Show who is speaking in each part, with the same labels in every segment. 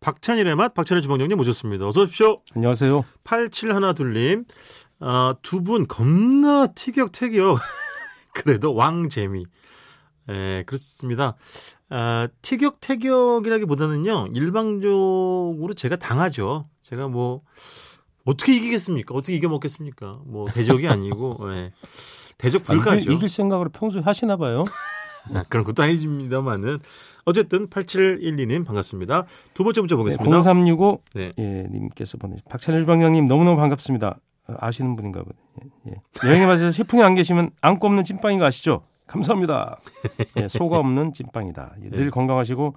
Speaker 1: 박찬일의 맛 박찬일 주방장님 모셨습니다. 어서 오십시오.
Speaker 2: 안녕하세요.
Speaker 1: 8712님. 아, 두 분 겁나 티격태격. 그래도 왕재미. 예, 그렇습니다. 아, 티격태격이라기보다는요. 일방적으로 제가 당하죠. 제가 뭐 어떻게 이기겠습니까? 어떻게 이겨 먹겠습니까? 뭐 대적이 아니고 예. 대적
Speaker 2: 아, 이길,
Speaker 1: 불가죠.
Speaker 2: 이길 생각으로 평소에 하시나 봐요.
Speaker 1: 아, 그런 것도 아닙니다만은 어쨌든 8712님 반갑습니다. 두 번째 문자
Speaker 2: 네,
Speaker 1: 보겠습니다.
Speaker 2: 0365
Speaker 1: 네.
Speaker 2: 예, 님께서 보내주 박찬일 방장님 너무너무 반갑습니다. 어, 아시는 분인가 보네. 예, 예. 여행에 맞아서 셰프님 안 계시면 안고 없는 찐빵인 거 아시죠? 감사합니다. 예, 소가 없는 찐빵이다. 예, 늘
Speaker 1: 네.
Speaker 2: 건강하시고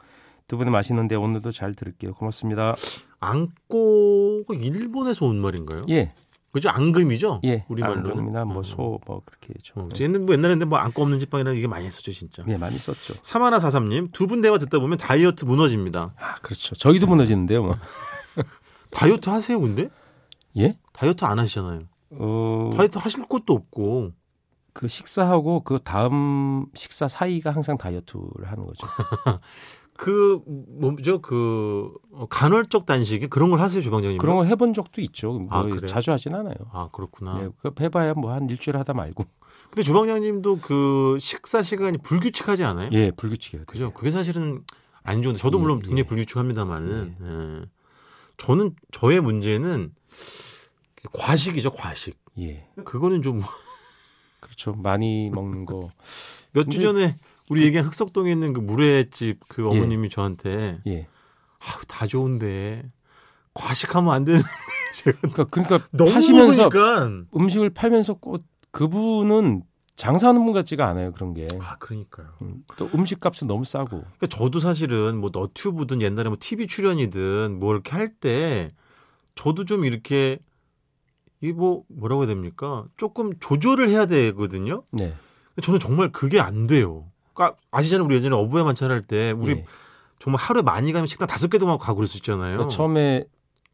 Speaker 2: 두 분의 맛있는데 오늘도 잘 들을게요. 고맙습니다.
Speaker 1: 안고가 일본에서 온 말인가요?
Speaker 2: 예,
Speaker 1: 그죠? 앙금이죠?
Speaker 2: 예.
Speaker 1: 우리말로는.
Speaker 2: 안금이나
Speaker 1: 어.
Speaker 2: 뭐 소 뭐 그렇게 해죠.
Speaker 1: 어, 옛날- 뭐 옛날에는 뭐 안고 없는 지팡이라는 이게 많이 했었죠, 진짜.
Speaker 2: 예, 많이 썼죠.
Speaker 1: 사마나 사삼님 두 분 대화 듣다 보면 다이어트 무너집니다.
Speaker 2: 아, 그렇죠.
Speaker 1: 네.
Speaker 2: 저희도 무너지는데요. 뭐.
Speaker 1: 다이어트 하세요, 근데?
Speaker 2: 예?
Speaker 1: 다이어트 안 하시잖아요.
Speaker 2: 어,
Speaker 1: 다이어트 하실 것도 없고.
Speaker 2: 그 식사하고 그 다음 식사 사이가 항상 다이어트를 하는 거죠.
Speaker 1: 아, 그 뭐죠? 그 어, 간헐적 단식이 그런 걸 하세요, 주방장님?
Speaker 2: 그런 거 해본 적도 있죠. 뭐
Speaker 1: 아, 그래요?
Speaker 2: 자주 하진 않아요.
Speaker 1: 아, 그렇구나.
Speaker 2: 네, 그거 해봐야 뭐 한 일주일 하다 말고.
Speaker 1: 근데 주방장님도 그 식사 시간이 불규칙하지 않아요?
Speaker 2: 예,
Speaker 1: 네?
Speaker 2: 불규칙해요.
Speaker 1: 그죠? 그게 사실은 안 좋은데 저도
Speaker 2: 예,
Speaker 1: 물론
Speaker 2: 예.
Speaker 1: 굉장히 불규칙합니다만은 음, 예. 저는 저의 문제는 과식이죠, 과식.
Speaker 2: 예,
Speaker 1: 그거는 좀
Speaker 2: 그렇죠. 많이 먹는 거.
Speaker 1: 몇 주
Speaker 2: 근데-
Speaker 1: 전에 우리 얘기한 흑석동에 있는 그 물회집 그 어머님이 저한테
Speaker 2: 예.
Speaker 1: 아, 다 좋은데 과식하면 안 되는 제가
Speaker 2: 그러니까, 그러니까
Speaker 1: 너무
Speaker 2: 파시면서
Speaker 1: 먹으니까
Speaker 2: 음식을 팔면서 꼭 그분은 장사하는 분 같지가 않아요. 그런 게.
Speaker 1: 아 그러니까요.
Speaker 2: 음, 또 음식값은 너무 싸고.
Speaker 1: 그러니까 저도 사실은 뭐 너튜브든 옛날에 뭐 TV 출연이든 뭐 이렇게 할 때 저도 좀 이렇게 이 뭐 뭐라고 해야 됩니까? 조금 조절을 해야 되거든요.
Speaker 2: 네.
Speaker 1: 근데 저는 정말 그게 안 돼요. 그러니까 아시잖아요. 우리 예전에 어부의 만찬 할 때 우리
Speaker 2: 예.
Speaker 1: 정말 하루에 많이 가면 식당 다섯 개도 막 가고 그랬었잖아요.
Speaker 2: 그러니까 처음에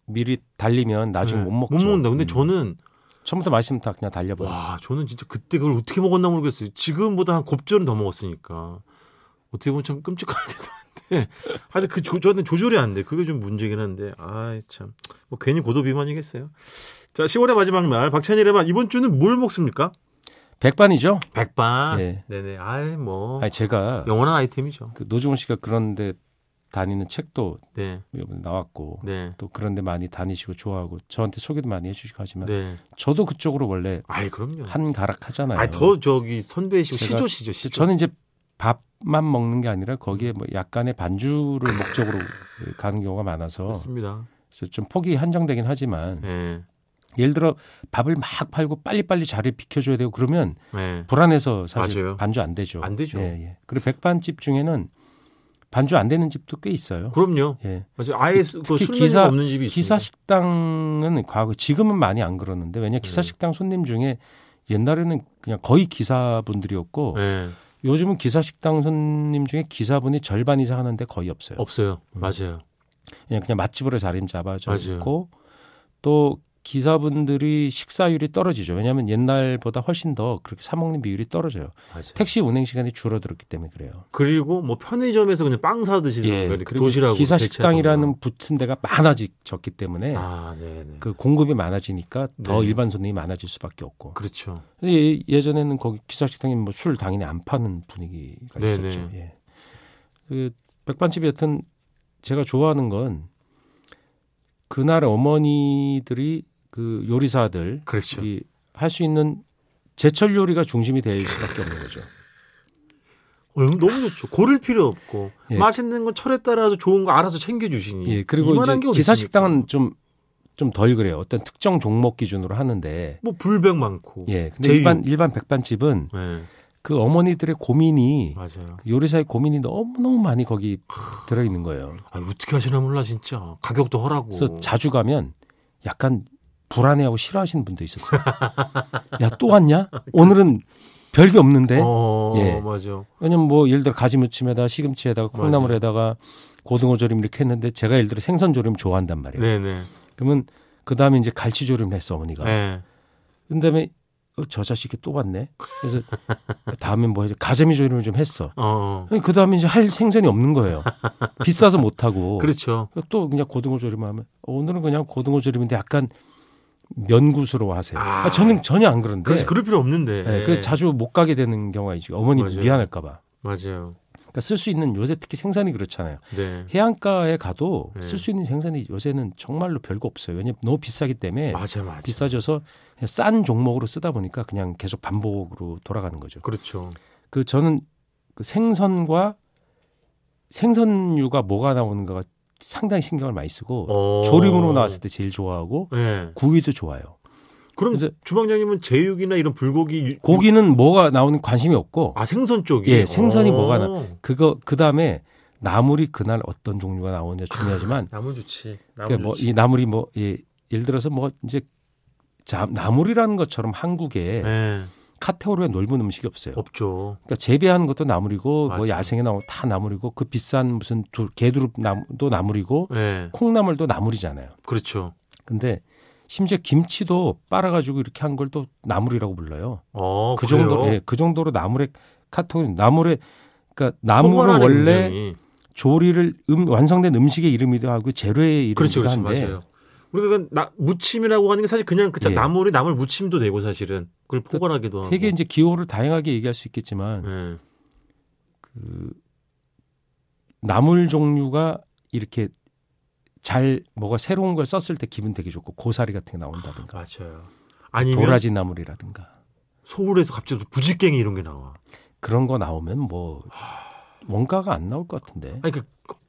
Speaker 2: 미리 달리면 나중에
Speaker 1: 네,
Speaker 2: 못 먹죠.
Speaker 1: 못 먹는다. 근데
Speaker 2: 음.
Speaker 1: 저는
Speaker 2: 처음부터 맛있으면 다 그냥 달려버려. 요
Speaker 1: 와, 저는 진짜 그때 그걸 어떻게 먹었나 모르겠어요. 지금보다 한 곱절은 더 먹었으니까 어떻게 보면 참 끔찍하기도 한데, 하여튼 그 조- 저한테 조절이 안 돼. 그게 좀 문제긴 한데, 아 참, 뭐 괜히 고도 비만이겠어요. 자, 10월의 마지막 날 박찬일의 맛 이번 주는 뭘 먹습니까?
Speaker 2: 백반이죠.
Speaker 1: 백반.
Speaker 2: 예.
Speaker 1: 네, 네. 아이 뭐
Speaker 2: 아니 제가
Speaker 1: 영원한 아이템이죠.
Speaker 2: 그 노종훈 씨가 그런데 다니는 책도
Speaker 1: 네,
Speaker 2: 이번에 나왔고
Speaker 1: 네,
Speaker 2: 또 그런데 많이 다니시고 좋아하고 저한테 소개도 많이 해주시고 하지만
Speaker 1: 네.
Speaker 2: 저도 그쪽으로 원래
Speaker 1: 아이 그럼요.
Speaker 2: 아, 한 가락 하잖아요.
Speaker 1: 아이 더 저기 선배이시고
Speaker 2: 제가-
Speaker 1: 시조시죠. 시조.
Speaker 2: 저는 이제 밥만 먹는 게 아니라 거기에 뭐 약간의 반주를 목적으로 가는 경우가 많아서
Speaker 1: 맞습니다.
Speaker 2: 그래서 좀 폭이 한정되긴 하지만
Speaker 1: 네,
Speaker 2: 예를 들어 밥을 막 팔고 빨리빨리 자리 비켜줘야 되고 그러면
Speaker 1: 네.
Speaker 2: 불안해서 사실
Speaker 1: 맞아요.
Speaker 2: 반주 안 되죠.
Speaker 1: 안 되죠.
Speaker 2: 예, 예. 그리고 백반집 중에는 반주 안 되는 집도 꽤 있어요.
Speaker 1: 그럼요.
Speaker 2: 예.
Speaker 1: 맞아요. 아예 수- 그
Speaker 2: 특히
Speaker 1: 술메뉴가
Speaker 2: 기사-
Speaker 1: 없는 집이 있습니다.
Speaker 2: 예, 기사 식당은 과거 지금은 많이 안 그러는데 왜냐 기사
Speaker 1: 네.
Speaker 2: 식당 손님 중에 옛날에는 그냥 거의 기사분들이었고
Speaker 1: 네.
Speaker 2: 요즘은 기사 식당 손님 중에 기사분이 절반 이상 하는데 거의 없어요.
Speaker 1: 없어요.
Speaker 2: 음.
Speaker 1: 맞아요.
Speaker 2: 그냥 그냥 맛집으로 자리 잡아져
Speaker 1: 맞아요.
Speaker 2: 있고 또 기사분들이 식사율이 떨어지죠. 왜냐하면 옛날보다 훨씬 더 그렇게 사 먹는 비율이 떨어져요.
Speaker 1: 맞아요.
Speaker 2: 택시 운행 시간이 줄어들었기 때문에 그래요.
Speaker 1: 그리고 뭐 편의점에서 그냥 빵 사 드시는 거 이렇게
Speaker 2: 예, 그리고
Speaker 1: 예, 도시락
Speaker 2: 기사 식당이라는 붙은 데가 많아졌기 때문에
Speaker 1: 아, 네, 네. 그,
Speaker 2: 그 공급이 많아지니까 더
Speaker 1: 네.
Speaker 2: 일반 손님이 많아질 수밖에 없고
Speaker 1: 렇죠
Speaker 2: 그래서 예- 예전에는 거기 기사식당이 뭐 술 당연히 안 파는 분위기가
Speaker 1: 네네.
Speaker 2: 있었죠. 예. 그 백반집이 여튼 제가 좋아하는 건 그날 어머니들이 그 요리사들이
Speaker 1: 그렇죠.
Speaker 2: 할 수 있는 제철 요리가 중심이 될 수밖에 없는 거죠.
Speaker 1: 어, 너무 좋죠. 고를 필요 없고
Speaker 2: 예.
Speaker 1: 맛있는 건 철에 따라서 좋은 거 알아서 챙겨 주시니.
Speaker 2: 예. 그리고
Speaker 1: 이만한 게
Speaker 2: 이제
Speaker 1: 어디
Speaker 2: 기사식당은
Speaker 1: 있습니까?
Speaker 2: 좀 좀 덜 그래요. 어떤 특정 종목 기준으로 하는데
Speaker 1: 뭐 불백 많고.
Speaker 2: 예. 근데
Speaker 1: 제육.
Speaker 2: 일반 일반 백반집은
Speaker 1: 네,
Speaker 2: 그 어머니들의 고민이
Speaker 1: 맞아요.
Speaker 2: 그 요리사의 고민이 너무너무 많이 거기 들어 있는 거예요.
Speaker 1: 아, 어떻게 하시나 몰라 진짜. 가격도 허라고.
Speaker 2: 그래서 자주 가면 약간 불안해하고 싫어하시는 분도 있었어요. 야 또 왔냐? 오늘은 별게 없는데.
Speaker 1: 어,
Speaker 2: 예.
Speaker 1: 맞아.
Speaker 2: 왜냐면 뭐 예를 들어 가지무침에다가 시금치에다가 콩나물에다가 고등어 조림 이렇게 했는데 제가 예를 들어 생선 조림 좋아한단 말이에요.
Speaker 1: 네, 네.
Speaker 2: 그러면 그 다음에 이제 갈치 조림을 했어 어머니가.
Speaker 1: 네.
Speaker 2: 그다음에 어, 저 자식이 또 봤네. 그래서 다음엔 뭐 해야 가재미 조리를 좀 했어.
Speaker 1: 어,
Speaker 2: 그 다음에 이제 할 생선이 없는 거예요. 비싸서 못 하고.
Speaker 1: 그렇죠.
Speaker 2: 또 그냥 고등어 조림만 하면 어, 오늘은 그냥 고등어 조림인데 약간 면구스러워 하세요.
Speaker 1: 아.
Speaker 2: 아, 저는 전혀 안 그런데.
Speaker 1: 그래서 그럴 필요 없는데.
Speaker 2: 예, 그래서 자주 못 가게 되는 경우가 있죠. 어머니
Speaker 1: 맞아요.
Speaker 2: 미안할까 봐.
Speaker 1: 맞아요.
Speaker 2: 그러니까 쓸 수 있는 요새 특히 생선이 그렇잖아요.
Speaker 1: 네.
Speaker 2: 해안가에 가도
Speaker 1: 네.
Speaker 2: 쓸 수 있는 생선이 요새는 정말로 별거 없어요. 왜냐면 너무 비싸기 때문에
Speaker 1: 맞아, 맞아.
Speaker 2: 예. 비싸져서 그냥 싼 종목으로 쓰다 보니까 그냥 계속 반복으로 돌아가는 거죠.
Speaker 1: 그렇죠.
Speaker 2: 그 저는 그 생선과 생선류가 뭐가 나오는가가 상당히 신경을 많이 쓰고
Speaker 1: 어.
Speaker 2: 조림으로 나왔을 때 제일 좋아하고
Speaker 1: 네.
Speaker 2: 구이도 좋아요.
Speaker 1: 그럼
Speaker 2: 그래서-
Speaker 1: 주방장님은 제육이나 이런 불고기 유-
Speaker 2: 고기는 뭐가 나오는 관심이 없고
Speaker 1: 아 생선 쪽이
Speaker 2: 예, 생선이
Speaker 1: 어.
Speaker 2: 뭐가 그거 그 다음에 나물이 그날 어떤 종류가 나오느냐 중요하지만
Speaker 1: 나무 좋지. 아, 나무
Speaker 2: 그러니까
Speaker 1: 좋지.
Speaker 2: 뭐이 나물이 뭐 예, 예를 들어서 뭐 이제 자, 나물이라는 것처럼 한국에
Speaker 1: 예,
Speaker 2: 카테고리가 넓은 음식이 없어요.
Speaker 1: 없죠.
Speaker 2: 그러니까 재배하는 것도 나물이고 뭐
Speaker 1: 맞아요.
Speaker 2: 야생에 나온 다 나물이고 그 비싼 무슨 두- 개두릅 나물도 나물이고
Speaker 1: 예,
Speaker 2: 콩나물도 나물이잖아요.
Speaker 1: 그렇죠.
Speaker 2: 근데 심지어 김치도 빨아가지고 이렇게 한 걸 또 나물이라고 불러요.
Speaker 1: 어,
Speaker 2: 그
Speaker 1: 그래요?
Speaker 2: 정도로 예, 그 정도로 나물의 카톡 나물의 그러니까
Speaker 1: 포괄하네,
Speaker 2: 나물은 원래
Speaker 1: 굉장히.
Speaker 2: 조리를 음, 완성된 음식의 이름이기도 하고 재료의 이름이기도
Speaker 1: 그렇죠, 그렇죠,
Speaker 2: 한데
Speaker 1: 맞아요. 우리가 그나 무침이라고 하는 게 사실 그냥 그자
Speaker 2: 예.
Speaker 1: 나물이 나물 무침도 되고 사실은 그걸 포괄하기도 하고.
Speaker 2: 되게 이제 기호를 다양하게 얘기할 수 있겠지만
Speaker 1: 예.
Speaker 2: 그 나물 종류가 이렇게 잘 뭐가 새로운 걸 썼을 때 기분 되게 좋고 고사리 같은 게 나온다든가
Speaker 1: 맞아요. 아니면
Speaker 2: 도라지 나물이라든가
Speaker 1: 서울에서 갑자기 부지깽이 이런 게 나와.
Speaker 2: 그런 거 나오면 뭐 원가가 안 나올 것 같은데
Speaker 1: 아니 그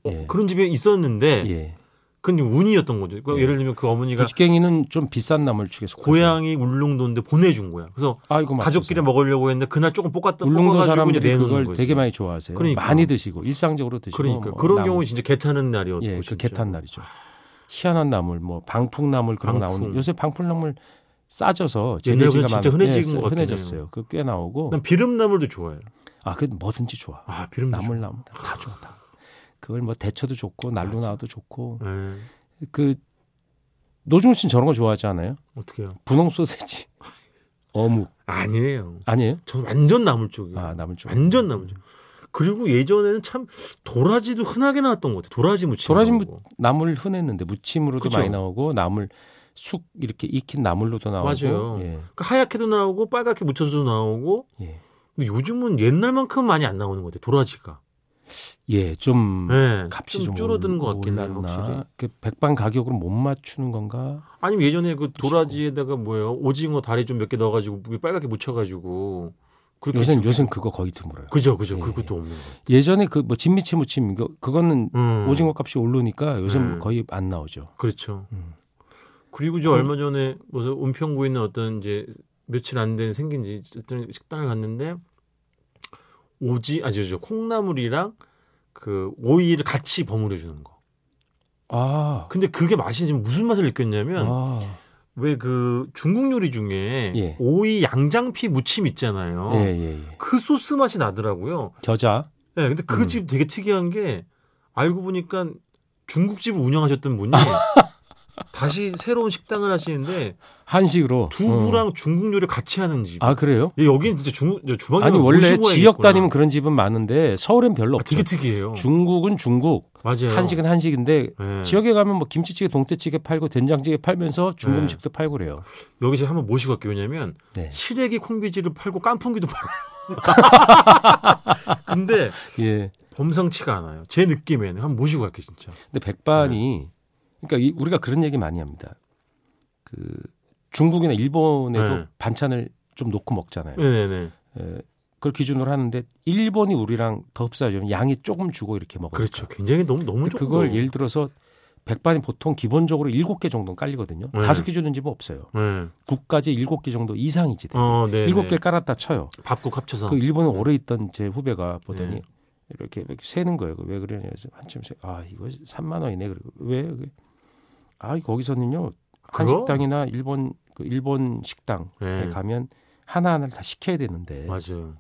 Speaker 1: 어,
Speaker 2: 예.
Speaker 1: 그런 집이 있었는데
Speaker 2: 예
Speaker 1: 그건 운이었던 거죠. 그러니까
Speaker 2: 예.
Speaker 1: 예를 들면 네. 그 어머니가
Speaker 2: 부지깽이는 좀 비싼 나물 축에서
Speaker 1: 고향이 울릉도인데 보내준 거야. 그래서
Speaker 2: 아 이거
Speaker 1: 가족끼리 먹으려고 했는데 그날 조금 볶았다
Speaker 2: 울릉도
Speaker 1: 볶아가지고 이제
Speaker 2: 사람들이
Speaker 1: 내놓는
Speaker 2: 그걸
Speaker 1: 거지.
Speaker 2: 되게 많이 좋아하세요
Speaker 1: 그러니까.
Speaker 2: 많이 드시고 일상적으로 드시고
Speaker 1: 그러니까
Speaker 2: 뭐
Speaker 1: 그런
Speaker 2: 나물,
Speaker 1: 경우 진짜 개 타는 날이었고
Speaker 2: 예, 그
Speaker 1: 진짜.
Speaker 2: 개탄 날이죠 희한한 나물 뭐 방풍나물 그런 거
Speaker 1: 방풍.
Speaker 2: 나오는 요새 방풍나물 싸져서
Speaker 1: 옛날보다 네,
Speaker 2: 재배지가
Speaker 1: 진짜
Speaker 2: 많-
Speaker 1: 흔해진
Speaker 2: 예,
Speaker 1: 것 같긴
Speaker 2: 흔해졌어요 그 꽤 나오고
Speaker 1: 난 비름나물도 좋아해요.
Speaker 2: 아, 그 뭐든지 좋아.
Speaker 1: 아 비름도
Speaker 2: 나물 나물 다 좋아. 다. 그걸 뭐 데쳐도 좋고 날로 나와도 좋고
Speaker 1: 좋아. 예.
Speaker 2: 그 노중훈 씨는 저런 거 좋아하지 않아요?
Speaker 1: 어떻게요?
Speaker 2: 분홍 소세지, 어묵
Speaker 1: 아니에요.
Speaker 2: 아니에요?
Speaker 1: 저는 완전 나물 쪽이에요.
Speaker 2: 아 나물 쪽.
Speaker 1: 완전 나물 쪽. 그리고 예전에는 참 도라지도 흔하게 나왔던 것 같아요. 도라지 무침.
Speaker 2: 도라지
Speaker 1: 나온
Speaker 2: 무-
Speaker 1: 거.
Speaker 2: 나물 흔했는데 무침으로도
Speaker 1: 그쵸.
Speaker 2: 많이 나오고 나물 쑥 이렇게 익힌 나물로도 나오고.
Speaker 1: 맞아요.
Speaker 2: 예,
Speaker 1: 그러니까 하얗게도 나오고 빨갛게 무쳐서도 나오고.
Speaker 2: 예,
Speaker 1: 근데 요즘은 옛날만큼 많이 안 나오는 것 같아요. 도라지가.
Speaker 2: 예, 좀
Speaker 1: 예.
Speaker 2: 값이
Speaker 1: 좀,
Speaker 2: 좀
Speaker 1: 줄어드는 것 같긴 해요.
Speaker 2: 올랐나?
Speaker 1: 확실히.
Speaker 2: 그 백반 가격으로 못 맞추는 건가?
Speaker 1: 아니면 예전에
Speaker 2: 그렇죠.
Speaker 1: 그 도라지에다가 뭐예요? 오징어 다리 좀 몇 개 넣어가지고 그게 빨갛게 묻혀가지고 그렇게
Speaker 2: 요새
Speaker 1: 주-
Speaker 2: 요새 그거 거의 드물어요.
Speaker 1: 그죠 그죠
Speaker 2: 예.
Speaker 1: 그것도 없는 거.
Speaker 2: 예전에 그 뭐 진미채 무침 이거 그거는
Speaker 1: 음,
Speaker 2: 오징어 값이 오르니까 요즘
Speaker 1: 음.
Speaker 2: 거의 안 나오죠.
Speaker 1: 그렇죠.
Speaker 2: 음.
Speaker 1: 그리고 저 얼마 전에 무슨 은평구에 있는 어떤 이제 며칠 안 된 생긴지 어떤 식당을 갔는데 오지 아저 저 콩나물이랑 그 오이를 같이 버무려 주는 거.
Speaker 2: 아,
Speaker 1: 근데 그게 맛이 지금 무슨 맛을 느꼈냐면
Speaker 2: 아,
Speaker 1: 왜 그 중국 요리 중에
Speaker 2: 예.
Speaker 1: 오이 양장피 무침 있잖아요.
Speaker 2: 예, 예, 예.
Speaker 1: 그 소스 맛이 나더라고요.
Speaker 2: 겨자.
Speaker 1: 예, 근데 그
Speaker 2: 음.
Speaker 1: 집 되게 특이한 게 알고 보니까 중국집을 운영하셨던 분이 다시 새로운 식당을 하시는데
Speaker 2: 한식으로. 어.
Speaker 1: 두부랑 중국 요리 를 같이 하는 집.
Speaker 2: 아, 그래요?
Speaker 1: 근데 여기는 진짜 중국 주방에
Speaker 2: 아니 원래 지역 다니면 그런 집은 많은데 서울엔 별로 없죠.
Speaker 1: 아, 되게 예. 특이해요.
Speaker 2: 중국은 중국,
Speaker 1: 맞아요.
Speaker 2: 한식은 한식인데
Speaker 1: 예.
Speaker 2: 지역에 가면 뭐 김치찌개, 동태찌개 팔고 된장찌개 팔면서 중국
Speaker 1: 네.
Speaker 2: 음식도 팔고 그래요.
Speaker 1: 여기 제가 한번 모시고 갈게요. 왜냐면
Speaker 2: 네.
Speaker 1: 시래기 콩비지를 팔고 깐풍기도 팔아요. 근데
Speaker 2: 예.
Speaker 1: 범상치가 않아요. 제 느낌에는 한번 모시고 갈게 요 진짜.
Speaker 2: 근데
Speaker 1: 네.
Speaker 2: 백반이 그러니까 이- 우리가 그런 얘기 많이 합니다. 그 중국이나 일본에도
Speaker 1: 네.
Speaker 2: 반찬을 좀 놓고 먹잖아요.
Speaker 1: 네네네.
Speaker 2: 에, 그걸 기준으로 하는데 일본이 우리랑 더 흡사하죠. 양이 조금 주고 이렇게 먹어요.
Speaker 1: 그렇죠. 굉장히 너무 너무 조금
Speaker 2: 그걸 예를 들어서 백반이 보통 기본적으로 일곱 개 정도 는 깔리거든요.
Speaker 1: 네.
Speaker 2: 다섯 개 주는 집은 없어요.
Speaker 1: 예.
Speaker 2: 국까지 일곱 개 정도 이상이지.
Speaker 1: 어, 네.
Speaker 2: 일곱 개 깔았다 쳐요.
Speaker 1: 밥국 합쳐서.
Speaker 2: 그 일본에 오래 있던 제 후배가 보더니
Speaker 1: 어. 네.
Speaker 2: 이렇게, 이렇게 세는 거예요. 그왜 그러냐 해서 한참 세. 아 이거 3만 원이네. 그리고 왜? 그게. 아 거기서는요 한식당이나 일본 그 일본 식당에
Speaker 1: 네.
Speaker 2: 가면 네. 하나 하나를 다 시켜야 되는데
Speaker 1: 맞아요.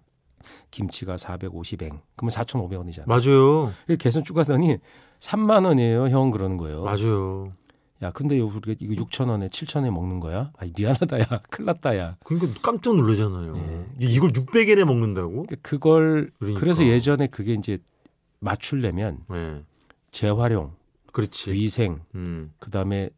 Speaker 2: 김치가 450엔 그러면 4,500원이잖아요.
Speaker 1: 맞아요.
Speaker 2: 어. 계산 쭉 하더니 3만 원이에요, 형 그러는 거예요.
Speaker 1: 맞아요.
Speaker 2: 야, 근데 요 우리가 이거 6천 원에 7천 원에 먹는 거야? 아, 미안하다, 야, 큰일 났다, 야.
Speaker 1: 그러니까 깜짝 놀라잖아요.
Speaker 2: 네.
Speaker 1: 이- 이걸 600엔에 먹는다고?
Speaker 2: 그러니까 그걸
Speaker 1: 그러니까.
Speaker 2: 그래서 예전에 그게 이제 맞추려면
Speaker 1: 네.
Speaker 2: 재활용,
Speaker 1: 그렇지.
Speaker 2: 위생,
Speaker 1: 음.
Speaker 2: 그다음에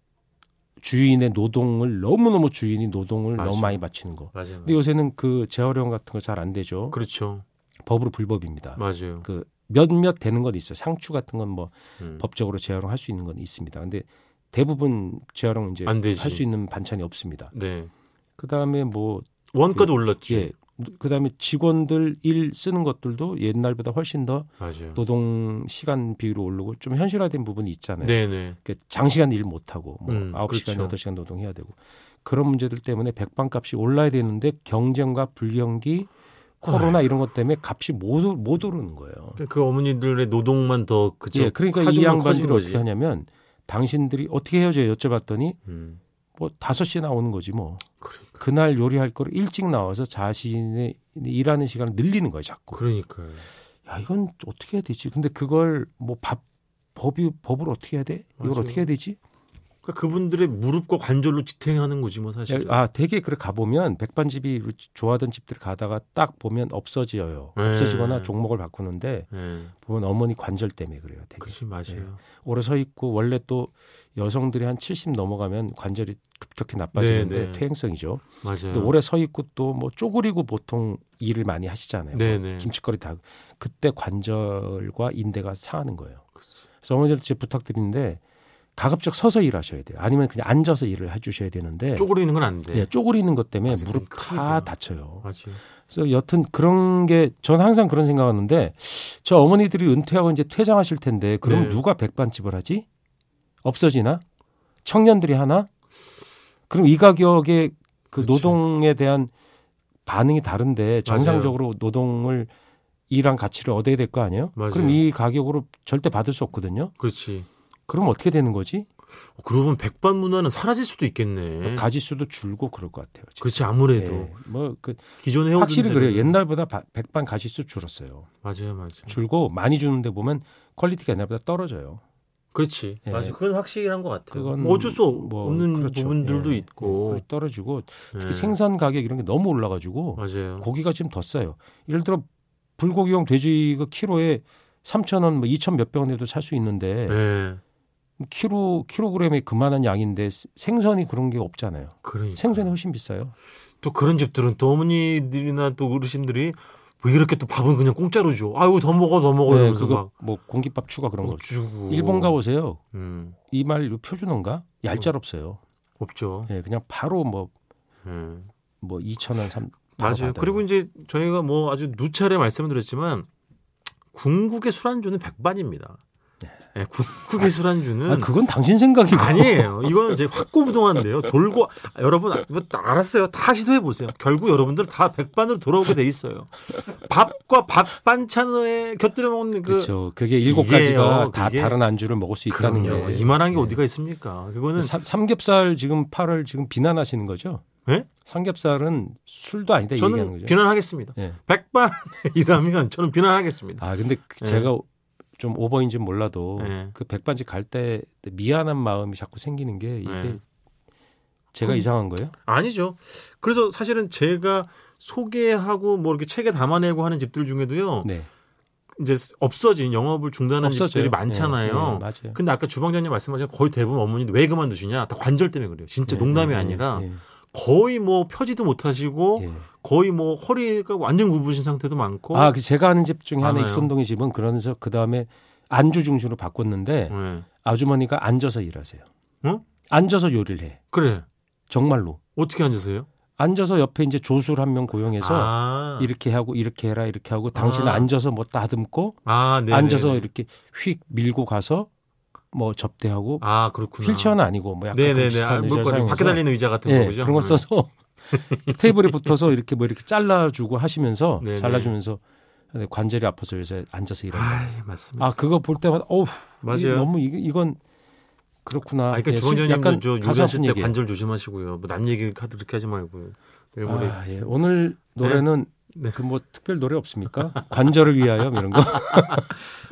Speaker 2: 주인의 노동을 너무너무 주인이 노동을
Speaker 1: 맞아.
Speaker 2: 너무 많이 바치는 거.
Speaker 1: 맞아요.
Speaker 2: 근데 요새는 그 재활용 같은 거 잘 안 되죠.
Speaker 1: 그렇죠.
Speaker 2: 법으로 불법입니다.
Speaker 1: 맞아요.
Speaker 2: 그 몇몇 되는 건 있어요. 상추 같은 건 뭐
Speaker 1: 음.
Speaker 2: 법적으로 재활용할 수 있는 건 있습니다. 근데 대부분 재활용 이제
Speaker 1: 안 되지.
Speaker 2: 할 수 있는 반찬이 없습니다.
Speaker 1: 네.
Speaker 2: 그다음에 뭐
Speaker 1: 원가도 올랐지.
Speaker 2: 예. 그다음에 직원들 일 쓰는 것들도 옛날보다 훨씬 더
Speaker 1: 맞아요.
Speaker 2: 노동 시간 비율이 오르고 좀 현실화된 부분이 있잖아요.
Speaker 1: 네, 네.
Speaker 2: 그러니까 장시간 일 못하고 뭐
Speaker 1: 음,
Speaker 2: 아홉 시간
Speaker 1: 그렇죠.
Speaker 2: 여덟 시간 노동해야 되고 그런 문제들 때문에 백반값이 올라야 되는데 경쟁과 불경기 코로나 이런 것 때문에 값이 모두 못 오르는 거예요.
Speaker 1: 그 어머니들의 노동만 더 그죠.
Speaker 2: 예, 그러니까 이
Speaker 1: 하중만
Speaker 2: 양반들이
Speaker 1: 그렇죠. 커진 거지.
Speaker 2: 어떻게 하냐면 당신들이 어떻게 헤어져요? 여쭤봤더니
Speaker 1: 음.
Speaker 2: 뭐 다섯 시에 나오는 거지 뭐.
Speaker 1: 그러니까.
Speaker 2: 그날 요리할 거를 일찍 나와서 자신의 일하는 시간을 늘리는 거예요, 자꾸.
Speaker 1: 그러니까요.
Speaker 2: 야, 이건 어떻게 해야 되지? 근데 그걸 뭐 밥, 법이, 법을 어떻게 해야 돼? 이걸
Speaker 1: 맞아요.
Speaker 2: 어떻게 해야 되지?
Speaker 1: 그러니까 그분들의 무릎과 관절로 지탱하는 거지 뭐 사실.
Speaker 2: 아, 되게 그래 가보면 백반집이 좋아하던 집들 가다가 딱 보면 없어져요. 없어지거나
Speaker 1: 네.
Speaker 2: 종목을 바꾸는데
Speaker 1: 예.
Speaker 2: 보면 어머니 관절 때문에 그래요. 되게.
Speaker 1: 그렇지 맞아요.
Speaker 2: 오래 서 있고 원래 또 여성들이 한 70 넘어가면 관절이 급격히 나빠지는데
Speaker 1: 네, 음. 네.
Speaker 2: 퇴행성이죠.
Speaker 1: 맞아요.
Speaker 2: 근데 오래 서 있고 또 뭐 쪼그리고 보통 일을 많이 하시잖아요.
Speaker 1: 네,
Speaker 2: 뭐
Speaker 1: 네.
Speaker 2: 김치거리 다 그때 관절과 인대가 상하는 거예요.
Speaker 1: 그치.
Speaker 2: 그래서 어머니들 제가 부탁드리는데 가급적 서서 일하셔야 돼요. 아니면 그냥 앉아서 일을 해주셔야 되는데
Speaker 1: 쪼그리는 건 안 돼.
Speaker 2: 네. 예, 쪼그리는 것 때문에
Speaker 1: 네. 맞아요.
Speaker 2: 무릎
Speaker 1: 그건
Speaker 2: 다
Speaker 1: 큰일이죠.
Speaker 2: 다쳐요.
Speaker 1: 맞아요.
Speaker 2: 그래서 여튼 그런 게 전 항상 그런 생각하는데 저 어머니들이 은퇴하고 이제 퇴장하실 텐데 그럼
Speaker 1: 네.
Speaker 2: 누가 백반집을 하지? 없어지나? 청년들이 하나? 그럼 이 가격에 그
Speaker 1: 그렇죠.
Speaker 2: 노동에 대한 반응이 다른데 정상적으로 노동을 이랑 가치를 얻어야 될 거 아니에요?
Speaker 1: 맞아요.
Speaker 2: 그럼 이 가격으로 절대 받을 수 없거든요.
Speaker 1: 그렇지.
Speaker 2: 그럼 어떻게 되는 거지?
Speaker 1: 어, 그러면 백반 문화는 사라질 수도 있겠네.
Speaker 2: 그 가짓수도 줄고 그럴 것 같아요. 지금.
Speaker 1: 그렇지 아무래도
Speaker 2: 예, 뭐그
Speaker 1: 기존에 해오던
Speaker 2: 확실히 그래요.
Speaker 1: 데는-
Speaker 2: 옛날보다 바- 백반 가짓수 줄었어요.
Speaker 1: 맞아요, 맞아요.
Speaker 2: 줄고 많이 주는데 보면 퀄리티가 옛날보다 떨어져요.
Speaker 1: 그렇지.
Speaker 2: 예.
Speaker 1: 맞아요. 그건 확실한 것 같아요.
Speaker 2: 그건
Speaker 1: 뭐 어쩔 수
Speaker 2: 뭐
Speaker 1: 없는
Speaker 2: 그렇죠.
Speaker 1: 부분들도
Speaker 2: 예, 예,
Speaker 1: 있고.
Speaker 2: 그리고 떨어지고 특히
Speaker 1: 예.
Speaker 2: 생선 가격 이런 게 너무 올라가지고
Speaker 1: 맞아요.
Speaker 2: 고기가 지금 더 싸요. 예를 들어 불고기용 돼지가 키로에 3천 원, 뭐 2천 몇백 원에도 살 수 있는데
Speaker 1: 예.
Speaker 2: 키로 킬로그램에 그만한 양인데 스- 생선이 그런 게 없잖아요.
Speaker 1: 그러니까.
Speaker 2: 생선이 훨씬 비싸요.
Speaker 1: 또 그런 집들은 또 어머니들이나 또 어르신들이 왜 이렇게 또 밥은 그냥 공짜로 줘. 아유 더 먹어 더 먹어
Speaker 2: 네,
Speaker 1: 이러면서 그렇죠.
Speaker 2: 그거 뭐 공깃밥 추가 그런 거.
Speaker 1: 막못 주고.
Speaker 2: 일본 가보세요.
Speaker 1: 음,
Speaker 2: 이 말 표준어인가? 얄짤없어요.
Speaker 1: 없죠.
Speaker 2: 예, 그냥 바로 뭐 뭐
Speaker 1: 예.
Speaker 2: 2천 원, 3 바로
Speaker 1: 맞아요.
Speaker 2: 받아요.
Speaker 1: 그리고 이제 저희가 뭐 아주 누차례 말씀을 드렸지만 궁극의 술안주는 백반입니다. 예, 궁극의 술안주는
Speaker 2: 네. 아, 그건 당신 생각이고.
Speaker 1: 아니에요. 이거는 이제 확고부동한데요. 돌고 아, 여러분 아, 이거 다 알았어요. 다 시도해 보세요. 결국 여러분들 다 백반으로 돌아오게 돼 있어요. 밥과 밥 반찬에 곁들여 먹는 그
Speaker 2: 그렇죠. 그게 일곱
Speaker 1: 이게요,
Speaker 2: 가지가 다
Speaker 1: 그게-
Speaker 2: 다른 안주를 먹을 수 있다는
Speaker 1: 그럼요.
Speaker 2: 게
Speaker 1: 이만한 게
Speaker 2: 예.
Speaker 1: 어디가 있습니까? 그거는
Speaker 2: 삼- 삼겹살 지금 팔을 지금 비난하시는 거죠?
Speaker 1: 예?
Speaker 2: 삼겹살은 술도 아니다 얘기하는
Speaker 1: 저는
Speaker 2: 거죠.
Speaker 1: 비난하겠습니다.
Speaker 2: 예.
Speaker 1: 백반이라면 저는 비난하겠습니다.
Speaker 2: 아 근데 그
Speaker 1: 예.
Speaker 2: 제가 좀 오버인지 몰라도
Speaker 1: 예.
Speaker 2: 그 백반집 갈 때 미안한 마음이 자꾸 생기는 게 이게
Speaker 1: 예.
Speaker 2: 제가
Speaker 1: 음.
Speaker 2: 이상한 거예요?
Speaker 1: 아니죠. 그래서 사실은 제가 소개하고 뭐 이렇게 책에 담아내고 하는 집들 중에도요.
Speaker 2: 네.
Speaker 1: 이제 없어진 영업을 어, 중단하는 집들이 많잖아요.
Speaker 2: 예, 예, 맞아요.
Speaker 1: 근데 아까 주방장님 말씀하신 거의 대부분 어머니들 왜 그만두시냐? 다 관절 때문에 그래요. 진짜
Speaker 2: 예,
Speaker 1: 농담이
Speaker 2: 예,
Speaker 1: 아니라
Speaker 2: 예,
Speaker 1: 거의 뭐 펴지도 못하시고
Speaker 2: 예.
Speaker 1: 거의 뭐 허리가 완전 굽으신 상태도 많고.
Speaker 2: 아, 그 제가 아는 집 중에 하나
Speaker 1: 많아요.
Speaker 2: 익선동의 집은 그러면서 그 다음에 안주 중심으로 바꿨는데
Speaker 1: 네.
Speaker 2: 아주머니가 앉아서 일하세요.
Speaker 1: 응?
Speaker 2: 앉아서 요리를 해.
Speaker 1: 그래.
Speaker 2: 정말로
Speaker 1: 어떻게 앉으세요?
Speaker 2: 앉아서 옆에 이제 조수를 한 명 고용해서
Speaker 1: 아,
Speaker 2: 이렇게 하고 이렇게 해라 이렇게 하고 당신은
Speaker 1: 아.
Speaker 2: 앉아서 뭐 따듬고
Speaker 1: 아, 네네.
Speaker 2: 앉아서 이렇게 휙 밀고 가서 뭐 접대하고
Speaker 1: 아, 그렇구나.
Speaker 2: 휠체어는 아니고 뭐 약간 그
Speaker 1: 네네네.
Speaker 2: 비슷한
Speaker 1: 아,
Speaker 2: 의자를
Speaker 1: 물건 밖에
Speaker 2: 사용해서
Speaker 1: 달리는 의자 같은
Speaker 2: 예,
Speaker 1: 거죠.
Speaker 2: 그런 걸
Speaker 1: 네.
Speaker 2: 써서 테이블에 붙어서 이렇게 뭐 이렇게 잘라주고 하시면서
Speaker 1: 네네.
Speaker 2: 잘라주면서 관절이 아파서 요새 앉아서 일한다.
Speaker 1: 아, 맞습니다.
Speaker 2: 아 그거 볼 때마다 어우
Speaker 1: 맞아요.
Speaker 2: 이게 너무 이거, 이건 그렇구나.
Speaker 1: 아, 그러니까
Speaker 2: 예,
Speaker 1: 주방장님도 저
Speaker 2: 가슴
Speaker 1: 요리하실
Speaker 2: 아픈
Speaker 1: 때
Speaker 2: 얘기예요.
Speaker 1: 관절 조심하시고요. 뭐 남 얘기 카드 그렇게 하지 말고요. 일본에
Speaker 2: 아, 예. 오늘 노래는
Speaker 1: 네.
Speaker 2: 그 뭐 특별 노래 없습니까? 관절을 위하여 뭐 이런 거.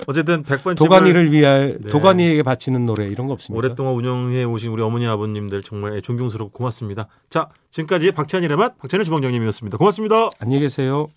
Speaker 1: 어쨌든 100번
Speaker 2: 도가니를 위하여
Speaker 1: 네.
Speaker 2: 도가니에게 바치는 노래 이런 거 없습니까?
Speaker 1: 오랫동안 운영해 오신 우리 어머니 아버님들 정말 존경스럽고 고맙습니다. 자, 지금까지 박찬일의 맛 박찬일 주방장님이었습니다. 고맙습니다.
Speaker 2: 안녕히 계세요.